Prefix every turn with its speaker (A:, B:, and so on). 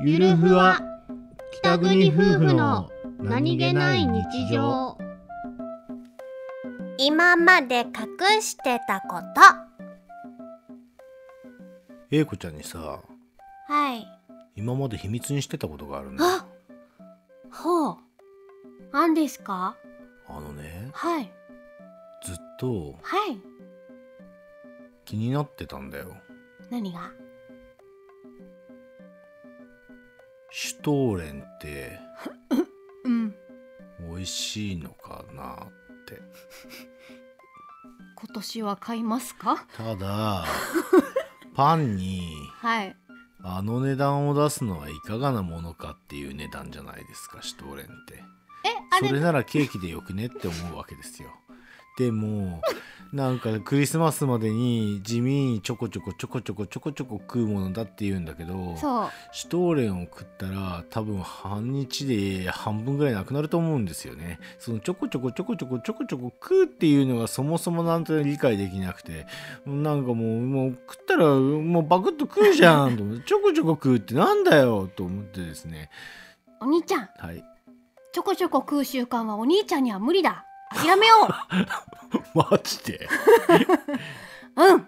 A: ゆるふわ北国夫婦の
B: 今まで隠してたこと
A: 英子ちゃんにさ
B: はい
A: 今まで秘密にしてたことがあるの
B: あほう何ですか
A: あのね
B: はい
A: ずっと
B: はい
A: 気になってたんだよ
B: 何が
A: シュトーレンって
B: うん
A: 美味しいのかなって
B: 今年は買いますか
A: た だパンに
B: はい
A: あの値段を出すのはいかがなものかっていう値段じゃないですかシュトーレンって
B: えあ
A: そ
B: れ
A: れならケーキでよくねって思うわけですよでもなんかクリスマスまでに地味にちょこちょこちょこちょこちょこちょこ食うものだって言うんだけど
B: そう
A: シュトーレンを食ったら多分半日で半分ぐらいなくなると思うんですよねそのちょこちょこちょこちょこちょこちょこ食うっていうのがそもそもなんとなく理解できなくてなんかもうもう食ったらもうバクッと食うじゃんと思ってちょこちょこ食うってなんだよと思ってですね
B: お兄ちゃん
A: はい
B: ちょこちょこ食う習慣はお兄ちゃんには無理だ諦めよ
A: マジで
B: ううん